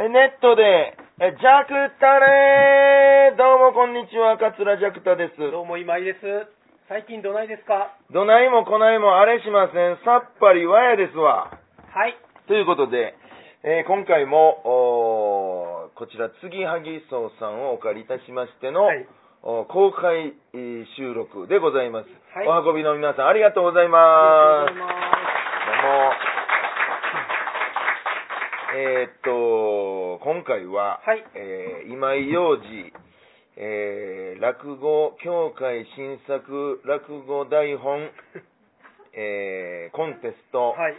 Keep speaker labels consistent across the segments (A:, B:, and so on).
A: ネットで、え、ジャクタねーどうもこんにちは、桂ジャクタです。
B: どうも今井です。最近どないですか
A: どないもこないもあれしません。さっぱりわやですわ。
B: はい。
A: ということで、えー今回も、おーこちら、継ぎはぎ荘さんをお借りいたしましての、
B: はい
A: お公開えー収録でございます、
B: はい
A: お運びの皆さんありがとうござい
B: あ
A: ま
B: り
A: す。
B: がとうござい
A: どうも。えーっと、今回は、
B: はい
A: えー今井洋二、えー落語協会新作落語台本、えーコンテスト、
B: はい。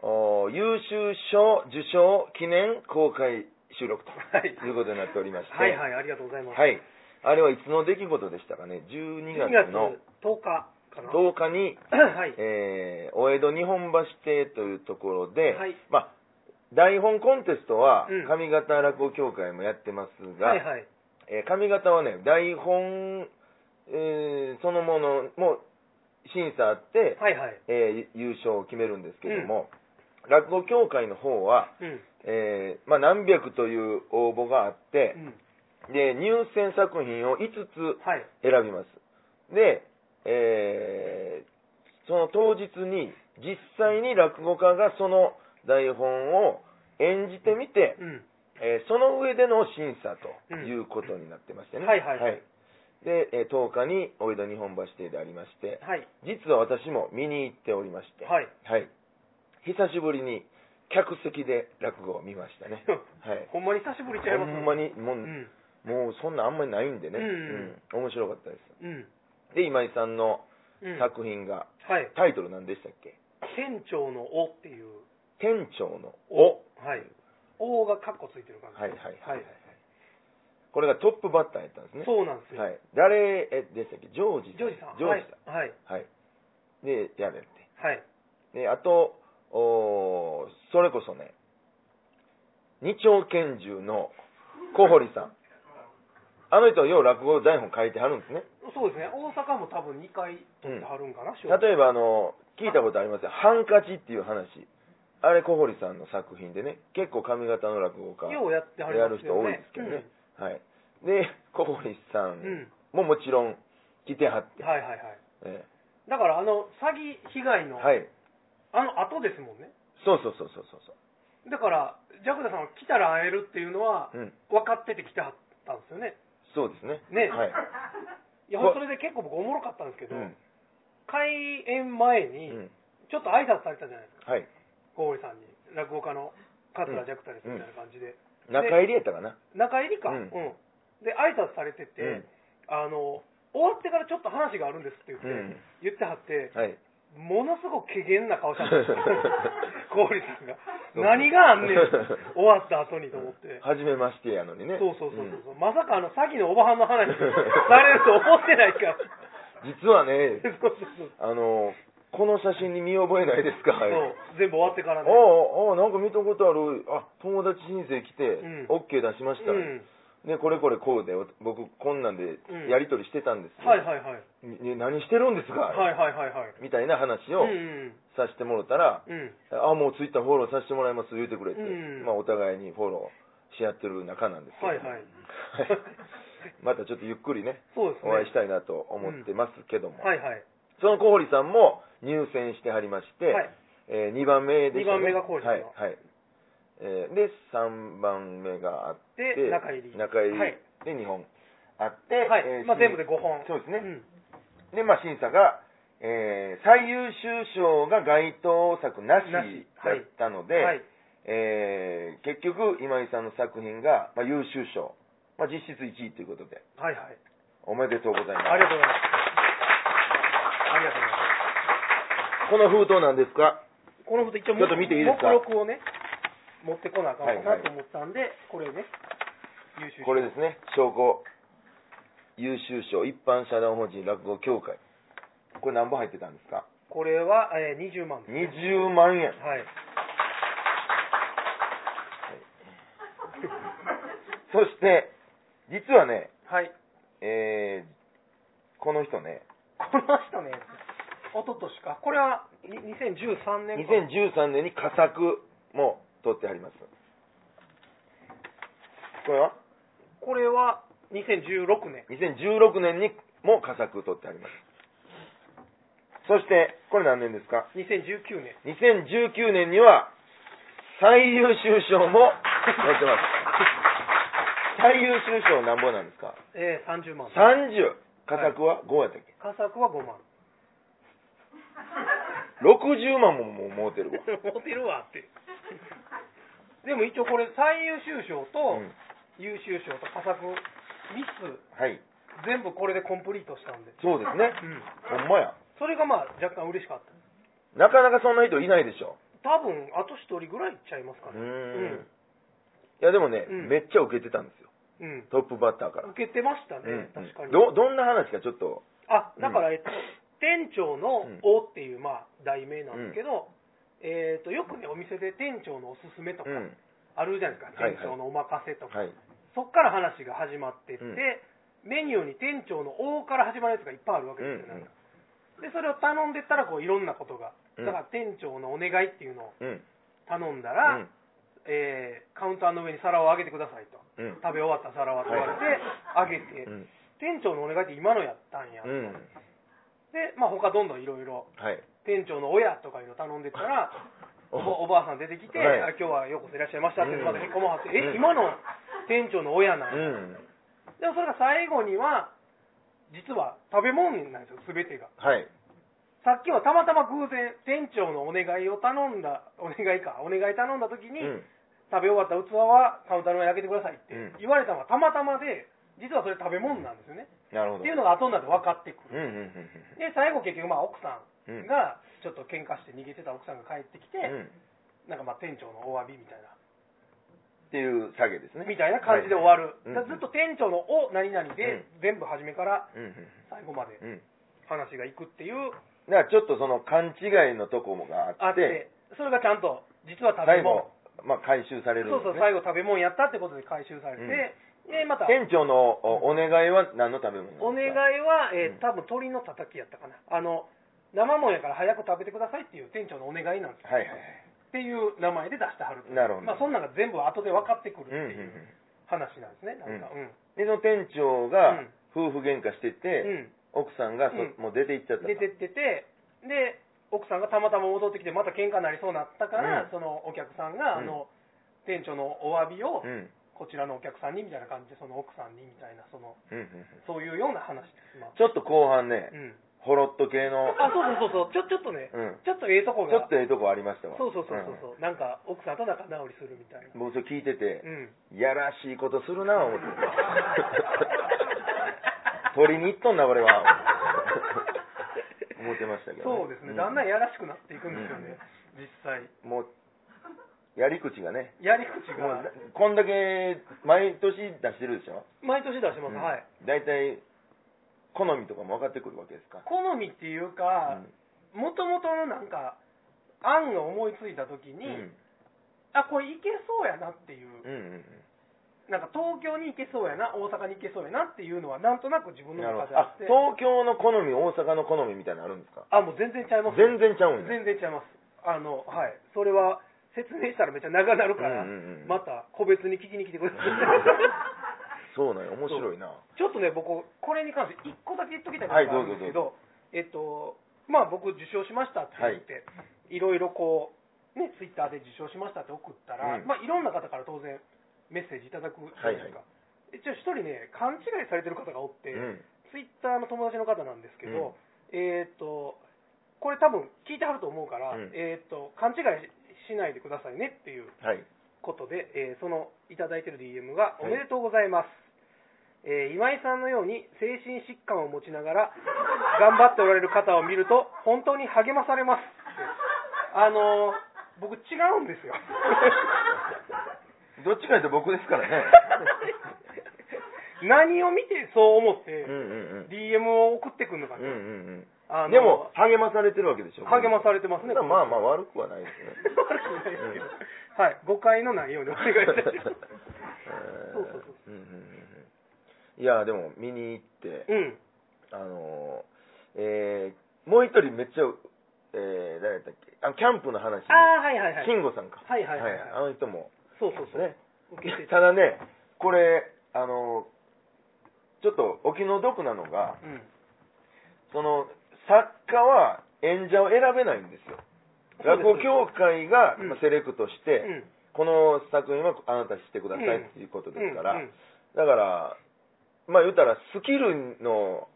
A: お優秀賞受賞記念公開収録
B: はい
A: ということになっておりまして、
B: はいはい、ありがとうございます。
A: はいあれはいつの出来事でしたかね、12
B: 12月
A: 月の
B: 10日かな。
A: 10日に、
B: はい。
A: えーお江戸日本橋邸というところで、
B: はい
A: まあ、台本コンテストは
B: うん
A: 上方落語協会もやってますが、
B: はいはい。
A: えー上方はね台本、えーそのものも審査あって、
B: はいはい。
A: えー優勝を決めるんですけども、落語協会の方は、
B: うん。
A: えーまあ、何百という応募があって
B: う、ん。
A: で入選作品を5つ
B: はい。
A: 選びますで、えーその当日に実際に落語家がその台本を演じてみて、
B: うん。
A: えーその上での審査ということになってましてね、
B: うんはいはいはい
A: で、えー10日にお江戸日本橋邸でありまして、
B: はい。
A: 実は私も見に行っておりまして、
B: はい、
A: 久しぶりに客席で落語を見ましたね はい、
B: ほんまに久しぶりちゃいます
A: ほんま。にもう,、
B: うん。
A: もうそんなあんまりないんでね、
B: うん
A: うん面白かったで
B: うん。
A: すで今井さんの
B: うん。は
A: 作品が、
B: い。
A: タイトル何でしたっけ
B: 店長の尾っていう。
A: 「店長の
B: 尾。はい。尾がカッコついてる感じ。
A: はいはいは
B: は
A: い
B: い。
A: これがトップバッターやったんですね
B: そうなんですよ。
A: はい、誰えでしたっけジョージさん
B: ジョージさん。
A: ジョージさ
B: ん。はい。
A: んはい、でやれって
B: はい。
A: であとおーそれこそね二丁拳銃の小堀さんあの人はよう落語台本書いてはるんですね
B: そうですね。大阪も多分2回取ってはるんかな、賞
A: 例えばあの聞いたことありますよハンカチっていう話あれ小堀さんの作品でね結構髪型の落語家
B: ようやってはり
A: や
B: ま
A: る
B: す
A: 人
B: よ
A: 多い
B: ね。
A: ですけどね、はいで小堀さ
B: うん
A: んももちろん来てはって、
B: うんはいはいはい。
A: え
B: だからあの詐欺被害
A: え
B: の、
A: はい
B: あの後ですもんね。
A: そうそうそうそうそうそ
B: だからジャクダさんは来たら会えるっていうのは
A: ううん
B: 分かってて来てはったんですよね。
A: そうですね
B: ね
A: はい、
B: いや
A: こ
B: それで結構僕おもろかったんですけ
A: う
B: ど、
A: ん
B: 開演前
A: う
B: に
A: ん、
B: ちょっと挨拶されたじゃないですか。
A: はい
B: 小堀さんに落語家の桂ジャクタですみたいな感じで、
A: 中入りやったかな
B: 中入りか、うんん。
A: う
B: で挨拶されてて、
A: うん
B: あの終わってからちょっと話があるんですって言って、
A: うん
B: 言ってはって。
A: はい
B: ものすごく機嫌な顔したんです よ小堀さんが
A: そう
B: 何があんねん終わった後にと思って、
A: 初めましてやのにね
B: そうそうそう
A: うん
B: そう、まさかあの詐欺のおばはんの話されると思ってないから
A: 実はね
B: そうそうそう
A: あのこの写真に見覚えないですか
B: そう全部終わってからね
A: おうおうなんか見たことあるあ友達申請来て、
B: うん
A: オッ OK 出しまし
B: う
A: た、
B: ん
A: でこれこれこうでお僕こんなんで
B: うん
A: やり取りしてたんですよ、
B: はいはいはい
A: ね何してるんですか、
B: はいはいはいはい
A: みたいな話
B: う
A: を
B: ん
A: させてもらったら、
B: うん
A: あもうツイッターフォローさせてもらいます言うてくれて、
B: うん
A: まあ、お互いにフォローし合ってる仲なんですけど、
B: はいはい
A: またちょっとゆっくりね
B: そうですね
A: お会いしたいなと思ってますけども、
B: はいはい
A: その小堀さんも入選してはりまして、
B: はい
A: え2番目でした、ね、
B: 二番目が小堀さん
A: はい、はいえーで3番目があって
B: で中入り
A: 中入り
B: はい
A: で2本あって、
B: はい、
A: えー
B: まあ、
A: 審
B: 全部で5本
A: そうですね
B: ん
A: で、まあ、審査が、えー最優秀賞が該当作なし
B: な
A: だ
B: しはい
A: ったので、
B: はい
A: えー結局今井さんの作品が、まあ、優秀賞、まあ、実質1位ということで
B: はいはい
A: おめでとうございます
B: ありがとうございますありがとうございます
A: この封筒なんですか
B: このこと一応
A: ちょっと見ていいですか
B: 目録をね持ってこなあかんかなと思ったんで、これね優秀
A: これですね証拠優秀賞一般社団法人落語協会これ何本入ってたんですか
B: これは、えー、20万です、ね、
A: 20万円
B: はい
A: そして実はね
B: はい
A: えーこの人ね
B: この人ね一昨年かこれはに2013年か
A: 2013年に佳作も取ってありますこれは
B: これは2016年。
A: 2016年にも佳作取ってありますそしてこれ何年ですか
B: 2019年。
A: 2019年には最優秀賞も載ってます最優秀賞なんぼなんですか
B: えー、30万。
A: 30佳作は5やったっけ、
B: 佳作は5万。
A: 60万ももう持てるわ
B: モテるわって。でも一応これ最優秀賞と
A: うん
B: 優秀賞と佳作3つ
A: はい
B: 全部これでコンプリートしたんで。
A: そうですね
B: うん。
A: ほんまや
B: それがまあ若干嬉しかった。
A: なかなかそんな人いないでしょ
B: 多分あと1人ぐらいいっちゃいますか
A: うー
B: ね。
A: んいやでもね、
B: うん
A: めっちゃ受けてたんですよ
B: うん。
A: トップバッターから、
B: 受けてました
A: うん
B: ね、確かに。
A: どどんな話かちょっと
B: あ、だか
A: う
B: ら、えっと、店長の
A: うん
B: おっていう、まあ、題名なんですけど、えっと、よくね、お店で店長のおすすめとか
A: う、ん
B: あるじゃないですか、
A: はいはい
B: 店長のお任せとか、
A: はい
B: そっから話が始まってって、
A: うん
B: メニューに店長のおから始まるやつがいっぱいあるわけ
A: う
B: ですよ、なん
A: ん
B: かで、それを頼んでったら、こう、いろんなことが。
A: うん
B: だから、店長のお願いっていうのを
A: うんうん
B: 頼んだら、えーカウンターの上に皿を上げてくださいと。
A: うんうん
B: 食べ終わった皿はって言われて、上げて、
A: うん
B: 店長のお願いって今のやったんや。
A: うん
B: で、まあ、他どんどんいろいろ
A: はい
B: 店長の親とかいうの頼んでたら、おばおばあさん出てきて、あ
A: はい
B: 今日はようこそいらっしゃいましたって、
A: うん
B: まだへこまはって、
A: うん
B: え、今の店長の親な、
A: うんん
B: でもそれが最後には、実は食べ物なんですよ、すべてが。
A: はい
B: さっきはたまたま偶然、店長のお願いを頼んだ、お願いか、お願い頼んだ時
A: う
B: に、
A: ん
B: 食べ終わった器はカウンターの上に開けてくださいって
A: うん
B: 言われたのはたまたまで、実はそれ食べ物なんですよね。
A: なる
B: っ
A: ほど
B: ていうのが後になって分かってく
A: う
B: る。
A: んうんうん
B: で、最後結局、まあ、奥さ
A: うんうん
B: んが、ちょっと喧嘩して逃げてた奥さんが帰ってきて、
A: うんっ
B: なんかまあ店長のお詫びみたいな、
A: ていう下げですね
B: みたいな感じで終わる。
A: は
B: だ
A: い
B: からずっと店長のお何々で、全部初めから
A: うん
B: 最後まで
A: うんうん
B: 話がいくっていう、
A: だからちょっとその勘違いのとこもがあ
B: あ
A: っ
B: ってて、それがちゃんと、実は食べ
A: 最
B: 物
A: 後、まあ、回収されるん
B: そう
A: です
B: そう、
A: ね
B: 最後食べ物やったってことで回収されて、
A: うん
B: で、また、
A: 店長のおお願いは何の食べ物なんですか
B: お願いは、
A: う
B: え
A: ん
B: ー、多分鳥のたたきやったかな。あの、生もんやから早く食べてくださいっていう店長のお願いなんですよ。
A: はいはいはい
B: っていう名前で出してはる。
A: なるほど
B: まあ、そんなんが全部後で分かってくるっ
A: うんうんう
B: ていうん話なんですね、なんか。うん。
A: でその店長が
B: うん
A: 夫婦喧嘩してて、
B: うん
A: 奥さんがそ、
B: うん
A: もう出て行っちゃった
B: 出てってて、で、奥さんがたまたま戻ってきて、また喧嘩になりそうになったから、
A: うん
B: そのお客さんが、
A: うん
B: あの、店長のお詫びを
A: う、ん
B: こちらのお客さんにみたいな感じで、その奥さんにみたいな、その、
A: うんうんうん
B: そういうような話です、まあ
A: ちょっと後半ね、
B: うん。
A: ホロット系の、
B: あ、そうそうそうそう、ちょ、ちょっとね、
A: うん、
B: ちょっとええとこ
A: ちょっ
B: が、
A: とええとこありましたわ
B: そうそうそうそう、うなんか奥さんと仲直りするみたいな。
A: うん僕それ聞いてて
B: う、ん。
A: やらしいことするな思って 取りに行っとんなこれは思ってましたけど、
B: そうですね、だんだんやらしくなっていくんですよね、実際。
A: もうやり口がね
B: やり口
A: も
B: が、
A: うこんだけ毎年出してるでしょ、
B: 毎年出してます、
A: うん
B: はい。
A: 大体好みとかも分かってくるわけですか
B: 好みっていうか、もともとのなんか案が思いついた時
A: うん
B: に、あこれいけそうやなっていう、
A: うんうんうん
B: なんか東京に行けそうやな大阪に行けそうやなっていうのはなんとなく自分の
A: なる
B: 中
A: ほ
B: で
A: どあ
B: あって
A: 東京の好み大阪の好みみたいなのあるんですか
B: あもう全然ちゃいます
A: 全然ちゃうんや
B: 全然ちゃいますあのはいそれは説明したらめっちゃ長なるから、
A: うんうんうん
B: また個別に聞きに来てください
A: そうなんや面白いな
B: ちょっとね僕これに関して1個だけ言っときたいことがあるんですけど,、えっとまあ僕受賞しましたって言って、い、ろいろこうねツイッターで受賞しましたって送ったら、
A: うん
B: まあいろんな方から当然メッセージいただくじゃないですか、一応一人ね勘違いされてる方がおって、
A: うん
B: ツイッターの友達の方なんですけど、えっとこれ多分聞いてはると思うから、
A: うん
B: えっと勘違いしないでくださいねっていう
A: はい
B: ことで、えーそのいただいてる DM が
A: は、い
B: おめでとうございます。えー今井さんのように精神疾患を持ちながら頑張っておられる方を見ると本当に励まされますってあのー僕違うんですよ
A: どっちかというと僕ですからね
B: 何を見てそう思っ
A: うん
B: て
A: うん
B: DM を送ってくるのか
A: うんう
B: な、
A: んうんうん
B: あのー
A: でも励まされてるわけでしょ
B: 励まされてますね
A: まあまあ悪くはないですね
B: 悪くないですけど、はい誤解のないようにお願いいたしますそうそうそう
A: えーうんうんうん うんいやでも見に行って
B: うん
A: あのーえーもう一人めっちゃ、えー誰やったっけあキャンプの話
B: ああはいはいはい
A: 慎吾さんか
B: はいはいはいはい
A: あの人も
B: そうそうそう、
A: ね
B: 受けて
A: ただねこれ、あの、ちょっとお気の毒なのが、
B: うん。
A: その、作家は演者を選べないんですよ。落語協会が
B: うん
A: まあセレクトして、
B: うん
A: この作品はあなたしてくださいっていうことですから、
B: うんうん
A: だから、まあ言うたらスキルの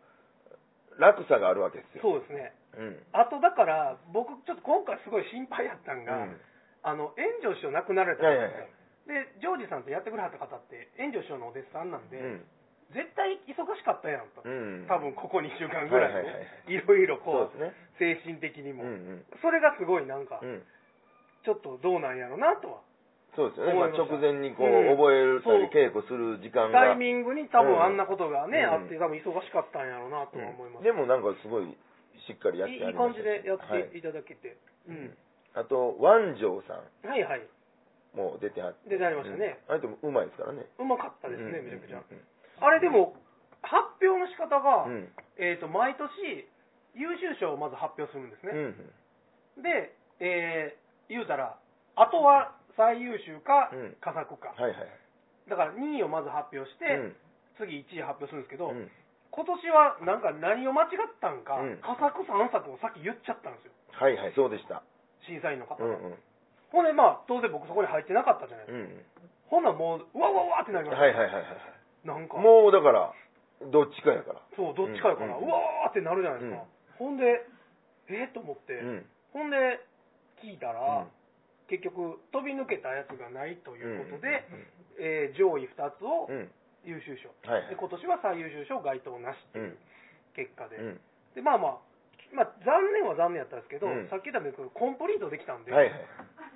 A: 落差があるわけですよ。
B: そうですね。
A: うん。
B: あとだから、僕、ちょっと今回すごい心配やったん
A: う
B: が、
A: ん
B: あの、炎上師匠亡くなられた
A: い
B: んで
A: やい
B: す
A: やい
B: よで、ジョージさんとやってくれはった方って、炎上師匠のお弟子さんなんで、
A: や。うん。
B: 絶対忙しかったやんと。
A: うん。
B: 多分ここ2週間ぐらい
A: はいはいはい
B: で、いろいろ
A: そ
B: こ
A: うで
B: う、
A: す
B: 精
A: ね。
B: 神的に
A: うん
B: も。
A: うん。
B: それがすごいなんか、
A: うん。
B: ちょっとどうなんやろなとは。
A: そうですよね。まあ
B: 思いました
A: 直前にこ
B: う
A: う、
B: ん
A: 覚えるたり
B: そう
A: 稽古する時間
B: タイ
A: が。
B: ミングに多分あんなことがね、
A: うん
B: あって、多分忙しかったんやろうなとは思います。
A: でもなんかすごいしっかりやっ
B: い
A: て
B: い
A: あ
B: いい
A: りま
B: 感
A: した
B: じ
A: し
B: でやっ
A: はい
B: ていただけて、うん
A: あと、万丈さ
B: はいはい、
A: んも出てはっ
B: 出てありましたね、
A: うんあれともうまいですからね。
B: うまかったですね、
A: うん
B: めちゃくちゃ。あれでも、発表の仕方が、
A: うん。うん
B: えっ、と、毎年、優秀賞をまず発表するんです
A: う
B: ね。
A: ん。
B: で、えー、言うたら、あとは最優秀か
A: うん、
B: 佳作か、
A: はいはい。
B: だから2位をまず発表して、
A: うん
B: 次1位発表するんですけど、
A: うん
B: 今年はなんか何を間違ったんか、
A: うん
B: 佳作3作をさっき言っちゃったんですよ、
A: はいはい、そうでした。
B: 審査員の方
A: う
B: が。
A: んうん。
B: ほんで、まあ、当然僕そこに入ってなかったじゃないですか。ほ
A: うん
B: んならもう、うわうわうわってなり
A: うん。
B: まし
A: はいはいはいは
B: た。なんか、
A: い。もうだから、どっちかやから。
B: そう、どっちかやから、う
A: うん
B: わーってなるじゃないですか。ほんで、えー、と思って、
A: う
B: ほ
A: ん。
B: んで、聞いたら、
A: うん
B: 結局、飛び抜けたやつがないということで、
A: う
B: えー
A: ん
B: 上位2つを
A: うん。
B: 優秀賞、
A: はいはい
B: で、今年は最優秀賞、該当なしって
A: う
B: い
A: ん
B: う。結果で、
A: うん
B: でまあまあ、まあ、残念は残念やったんですけど、
A: うん
B: さっき言ったみたいにコンプリートできたんで、
A: はいはい。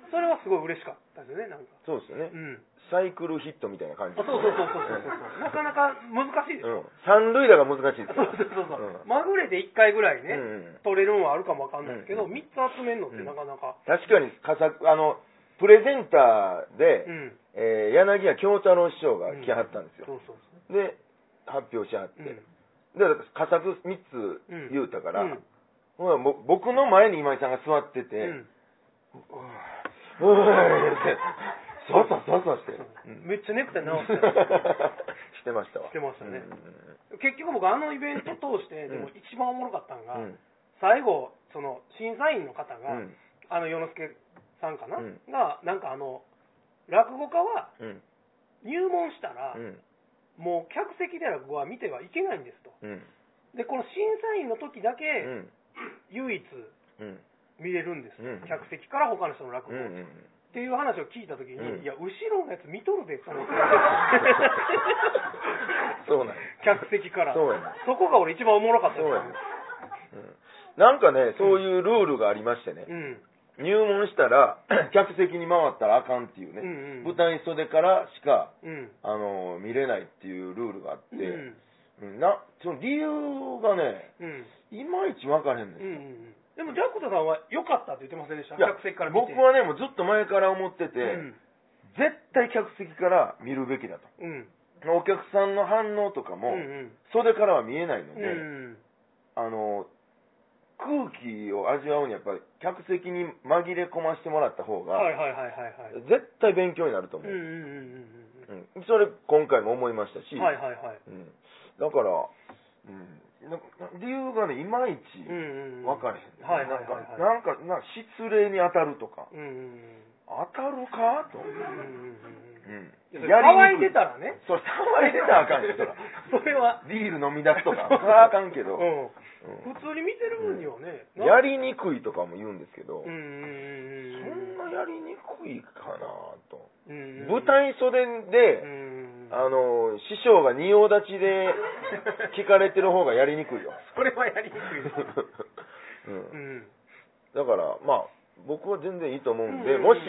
B: それはすごい嬉しかったですよね、なんか。
A: そうですよね
B: う。ん
A: サイクルヒットみたいな感
B: あ
A: じ
B: そうそうそうそうそうそう。なかなか難しいですよ。
A: うん。三塁打が難しいです
B: そう
A: よ
B: そうそうそう、
A: うん
B: まぐれで1回ぐらいね、
A: うんうん
B: 取れるのはあるかもわかんないですけど、
A: うんうん
B: 3つ集めるのってなかなか、
A: 確かに、佳作、あの、プレゼンターで、
B: うん、
A: えー柳家京太郎師匠が来はったんです
B: そ
A: よ、
B: うそう
A: で発表しはって、
B: そう、うん
A: で佳作3つ
B: うん
A: 言うたから、
B: うん
A: ほらぼ僕の前に今井さんが座ってて、う
B: うん
A: ーいってそわそわそわそわして、うん
B: めっちゃネクタイ直して
A: してましたわ
B: してましたね
A: うん
B: 結局僕あのイベント通して、
A: う
B: で
A: ん
B: も一番おもろかったのが、
A: うん
B: 最後その審査員の方
A: う
B: が、
A: ん
B: あの世之助さんかな、
A: うん
B: がなんかあの落語家は
A: うん
B: 入門したら、
A: うん
B: もう客席で落語は見てはいけないんですと
A: うん
B: でこの審査員の時だけ、唯一
A: うん
B: 見れるんです、
A: うん
B: 客席から他の人の落
A: う
B: 語、
A: ん
B: っ
A: うん
B: ていう話を聞いたときに、
A: うん
B: いや、後ろのやつ見とるでと思って、
A: そうなんや
B: 客席から、
A: そうやね
B: そこが俺、一番おもろかった
A: そうやね
B: で、
A: うん、なんかねそういうルールがありましてね、
B: すうん
A: 入門したら 客席に回ったらあかんっていうね、
B: うんうん
A: 舞台袖からしか、
B: うん
A: あのー見れないっていうルールがあって、
B: うん
A: うんなその理由がね
B: うん
A: いまいち分からへんねん
B: うんうんでも、ジャクタさんは良かったって言ってませんでした、
A: いや
B: 客席から見て。
A: 僕はねもうずっと前から思ってて、
B: うん
A: 絶対客席から見るべきだと
B: うん
A: お客さんの反応とかも、
B: うん
A: 袖からは見えないの
B: う
A: で、
B: んうん
A: あのー空気を味わうにはやっぱり客席に紛れ込ませてもらった方が、
B: はいはいはいはいはい。
A: 絶対勉強になると
B: うん
A: 思
B: うん
A: う、
B: うんうん
A: うん、それ今回も思いましたし、
B: うんはいはいはい。
A: うん、だから、うん、な理由がねいまいち
B: うんうんうん
A: 分かれへん、
B: はいはいはいはい。
A: なんかなんかなんか失礼に当たるとか
B: うんうんうん
A: 当たるかと、
B: うんうんうんうん
A: うん、
B: 騒いで
A: にく
B: たらね。
A: それ騒いでたらあかんよそら
B: それは。
A: ビール飲み出す とかそれはあかんけど、
B: うん
A: う
B: 普通に見てる分にはね。
A: んやりにくいとかも言うんですけど、
B: うんうん
A: そ
B: うん
A: んなやりにくいかなと、
B: うんうん。
A: 舞台袖で、
B: うん。
A: あの師匠が仁王立ちで聞かれてる方がやりにく いよ、
B: それはやりにくい。
A: う、
B: うんん。
A: だからまあ僕は全然いいと思うん
B: うんうんう
A: で
B: ん
A: もし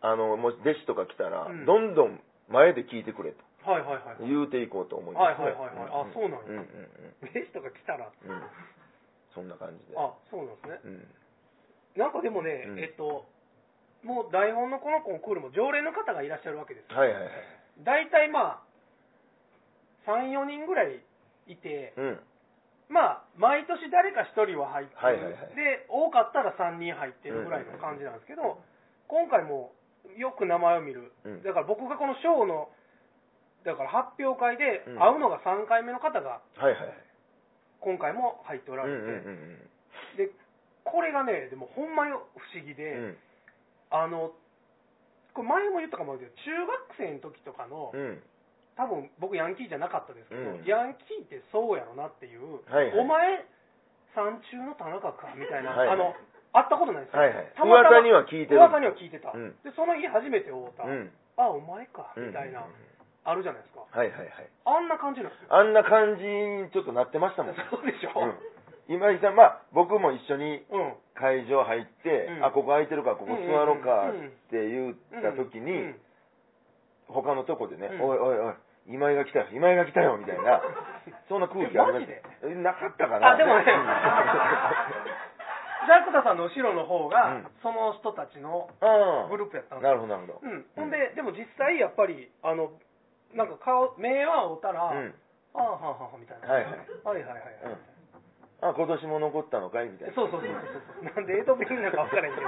A: あのもし弟子とか来たら、
B: うん
A: どんどん前で聞いてくれと
B: はいはいはい。
A: 言うていこうと思います、ね、
B: はいはいはいはいあそうなんや
A: うんうん
B: 弟子とか来たら。
A: うんうんそんな感じで
B: あ、そうなんですね。
A: うん
B: なんかでもね
A: うん、
B: えっと、もう台本のこのコンクールも常連の方がいらっしゃるわけですよ。
A: はいはいはい
B: 大体まあ、3、4人ぐらいいて、
A: うん
B: まあ、毎年誰か1人は入ってる、
A: はいはいはい
B: で多かったら3人入ってるぐらいの感じなんですけど、今回もよく名前を見る、
A: うん
B: だから僕がこのショーの、だから発表会で
A: うん
B: 会うのが3回目の方が
A: はいはいはい
B: 今回も入っておら
A: うん
B: れ
A: う
B: て、
A: んうん
B: でこれがねでもほんまに不思議
A: う
B: で、
A: ん
B: あのこれ前も言ったかもしれないけど中学生の時とかの、
A: うんうん
B: 多分僕ヤンキーじゃなかったですけど、
A: うん
B: ヤンキーってそうやろなっていう、
A: はいはい
B: お前さん中の田中かみたいな、
A: はいはい
B: あの会ったことないですよ、
A: はいはい
B: たまたま
A: 噂には聞いてる
B: 噂には聞いてた、
A: うん
B: でその日初めて会うた、
A: うん
B: あお前か
A: うん
B: みたいな、
A: うん
B: あるじゃないですか
A: はいはいはい
B: あんな感じなんですよ
A: あんな感じにちょっとなってましたもん
B: そうでしょ、
A: うん、今井さんまあ僕も一緒に
B: うん
A: 会場入って、
B: うん
A: あここ空いてるからここ座ろうか
B: うんうんうん
A: って言った時に、
B: うん
A: 他のとこでね、
B: うん
A: おいおいおい今井が来たよ今井が来たよみたいなそんな空気ありましたえなかったかな
B: あで もね
A: う
B: ジャクタさんの後ろの方
A: う
B: が
A: ん、
B: その人たちの
A: ん
B: グループやったんですよ
A: なるほどなるほど
B: うん、ほんで、でも実際やっぱり、あの、なんか顔、目は合うたら、
A: うん
B: ああ、はあはあ、みたいな。
A: はいはい
B: はいはいはいはい
A: あ今年も残ったのかいみたいな
B: そうそうそうそう。なんで、エトピンなんか分からへんけど。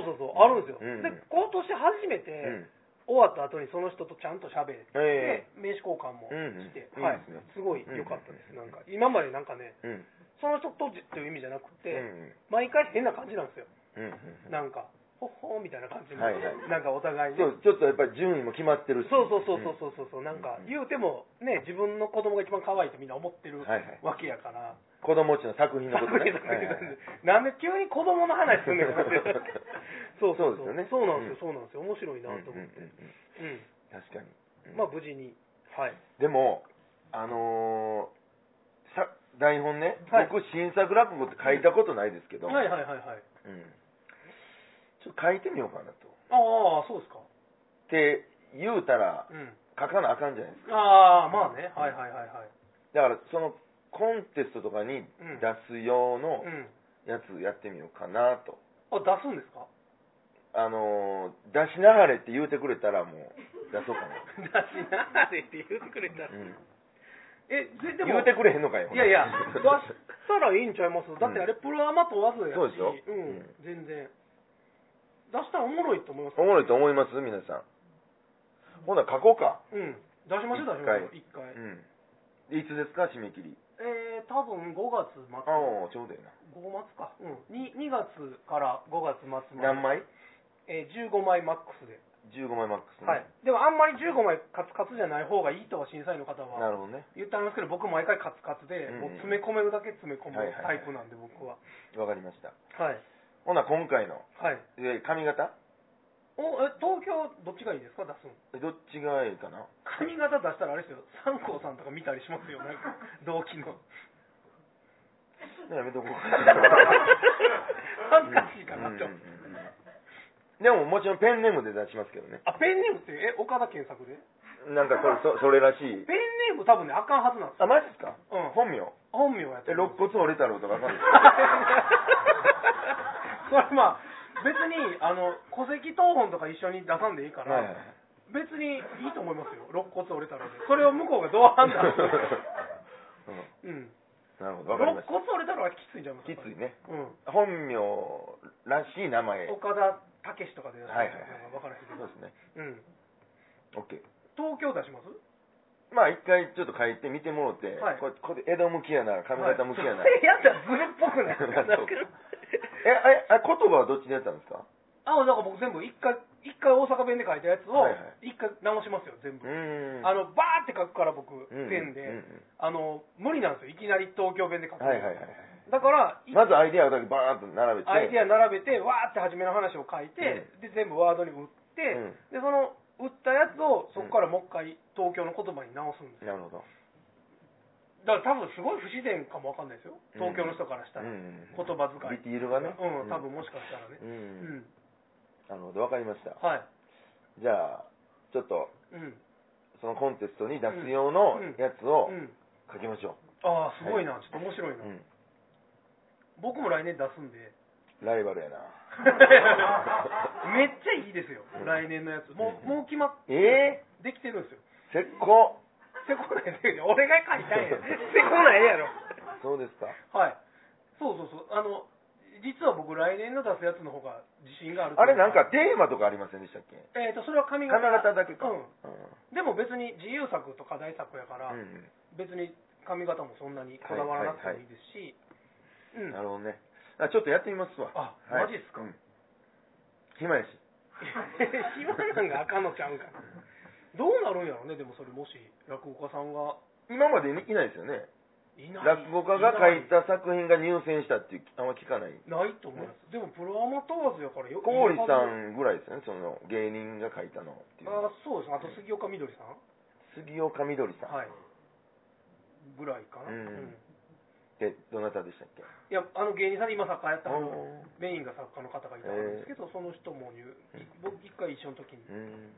B: そうそうそう、あるんですよ。
A: うん
B: で、今年初めて、
A: うん
B: 終わった後にその人とちゃんと喋って、
A: え
B: 名刺交換もして、
A: うんうん
B: はい
A: いいですね
B: すごい良かったです。なんか、今までなんかね、
A: うん
B: その人とじっていう意味じゃなくて、
A: うん
B: 毎回変な感じなんですよ。
A: うんうんうん
B: なんか、ほっほーみたいな感じで、
A: はいはい
B: なんかお互いね
A: そうちょっとやっぱり順位も決まってるし
B: そうそうそうそうそうそう、なんか言うてもね自分の子供が一番可愛いとみんな思ってる
A: はいはい
B: わけやから、
A: 子供っちの作品のこと
B: 作品
A: ね
B: 作品なんで急に子供の話すんねんって 話そうそうそう
A: そうです
B: そ
A: よね
B: うなんですよ、そう
A: うん
B: なんですよ面白いな
A: はいはい
B: と
A: うんうん
B: 思っ
A: うん
B: て、うん
A: うん確かに、うん
B: まあ無事にはい
A: でもあのーさ台本ね、
B: はい
A: 僕新作落語って書いたことないですけど、
B: はいはいはいはい
A: うん、ちょっと書いてみようかなと
B: ああそうですか
A: って言うたら
B: うん
A: 書かなあかんじゃないですか
B: ああまあねはいはいはいはい
A: だからそのコンテストとかに
B: うん
A: 出す用の
B: うん
A: やつやってみようかなと、
B: あ出すんですか
A: あのー出しなはれって言うてくれた らもう出そうかな、
B: 出しなはれって言ってくれたら、
A: うん、
B: えででも
A: 言うてくれへんのかよ、
B: いやいや出したらいいんちゃいますだってあれ、プロアマ問わずやし、
A: そうでしょ
B: うん
A: うん、
B: 全然。出したらおもろいと思います。
A: おもろいと思います皆さんほな書こうか
B: うん。出しましょう、出しましょう、一回。
A: うんいつですか締め切り
B: えー、多分5月末、
A: あ
B: 5
A: あちょうどいい
B: 月か。うん。2, 2月から5月末まで。
A: な何枚
B: えー、15枚マックスで。
A: 15枚マックスね、
B: はい。でもあんまり15枚カツカツじゃない方がいいとは審査員の方
A: な
B: は
A: るほどね
B: 言ってありますけど、僕毎回カツカツで、
A: うん
B: もう詰め込めるだけ詰め込む
A: はいはいは
B: タ
A: い
B: イプなんで、僕は。
A: わかりました
B: はい。
A: ほな今回の、
B: はい。
A: えー髪型
B: お、え、東京どっちがいいですか、出すの。
A: えどっちがいいかな
B: 髪型出したらあれですよ三光さんとか見たりしますよなん か同期の
A: やめと こう
B: 恥ずかしいかなって思う
A: うんうんうんうんでももちろんペンネームで出しますけどね
B: あペンネームってえ岡田健作で
A: なんかそれそそれらしい
B: ペンネーム多分ねあかんはずなんです
A: あ
B: よ
A: マジですか、
B: うん
A: 本名
B: 本名やって
A: え
B: る
A: 肋 骨折れ太郎とかわかんない
B: それまあ別にあの戸籍謄本とか一緒に出さんでいいから、
A: はい はいはい
B: 別にいいと思いますよ肋骨折れたらでそれを向こうがどう判断するか
A: う
B: うん
A: んなるほどわかりま
B: 肋
A: し
B: 骨折れたらはきついんじゃない
A: たき
B: ですか
A: ついね
B: うん
A: 本名らしい名前
B: 岡田武史とかでや
A: はいはい
B: るのか分からへんけ
A: そ
B: ど
A: う、ですね
B: うん、
A: OK
B: 東京出します
A: まあ一回ちょっと書いて見てもろて、
B: はい
A: これこれ江戸向きやな髪型向きやな、
B: はいやったらズレっぽくないですか
A: そうえあれあ言葉はどっちでやったんですか
B: あだから僕全部一回一回大阪弁で書いたやつを
A: はいは
B: 一回直しますよ全
A: う
B: 部、
A: ーん
B: あのバーって書くから僕
A: うん
B: ペンで、
A: うん
B: あの無理なんですよいきなり東京弁で書く
A: うん
B: の、
A: はいはいはいはい
B: だからい
A: まずアイデアだけバーンと並べて
B: アイデア並べてわーって初めの話を書いて、で全部ワードに打って、
A: うん
B: でその打ったやつをそこからもう一回東京の言葉に直すんですよ
A: なるほど
B: だから多分すごい不自然かもわかんないですよ東京の人からしたら、
A: うん
B: 言葉遣い
A: ディティールがね
B: うん多分もしかしたらね
A: う
B: う
A: ん、
B: ん、
A: なるほどわかりました
B: はい
A: じゃあちょっと
B: うん
A: そのコンテストに出す用のやつを
B: うん
A: 書きましょ、
B: ああすごいな、ちょっと面白いうな、
A: うん
B: 僕も来年出す んで
A: ライバルやな
B: めっちゃいいですよ、来年のやつもうもう決まっ
A: ええ
B: できてるんですよ
A: ー、石膏
B: せこないで俺 が書いたんやせこないやろ
A: そうですか
B: はいそうそうそうあの実は僕来年の出すやつの方が自信があると
A: あ
B: いう
A: れなんかテーマとかありませんでしたっけ
B: えっ、とそれは髪型
A: 金型だけか。
B: う
A: うん
B: でも別に自由作と課題作やから、
A: んうん
B: 別に髪型もそんなにこだわらなくてもいいですし、
A: うんな
B: うん
A: るほどね。あちょっとやってみますわ。
B: あ
A: はい
B: マジっすか
A: うん暇やし。
B: 暇なんがあかんのちゃうんかなどうなるんやろねでもそれもし落語家さんが
A: 今までいないですよね。
B: いない
A: 落語家が書い
B: な
A: た作品が入選したっていうあんま聞かない。
B: いないと思います、でもプロアマ問わずやからよ
A: 小堀さ
B: あ
A: んぐらいですよね、その芸人が書いたのっていうのは。
B: そうですねあと杉岡みどりさん
A: 杉岡みどりさんっ
B: はいぐらいかな、
A: うんてどなたでしたっけ、
B: いやあの芸人さんで今作家やった
A: う
B: あ
A: ん
B: のメインが作家の方がいたんですけど、その人も入僕一回一緒の時に
A: うん